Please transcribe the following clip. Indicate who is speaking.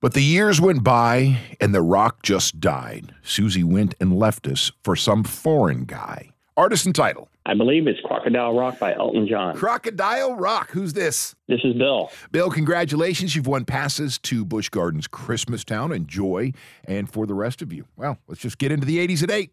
Speaker 1: But the years went by and the rock just died. Susie went and left us for some foreign guy. Artist and title
Speaker 2: I believe it's Crocodile Rock by Elton John.
Speaker 1: Crocodile Rock. Who's this?
Speaker 2: This is Bill.
Speaker 1: Bill, congratulations. You've won passes to Busch Gardens Christmas Town. Enjoy. And for the rest of you, well, let's just get into the 80s at 8.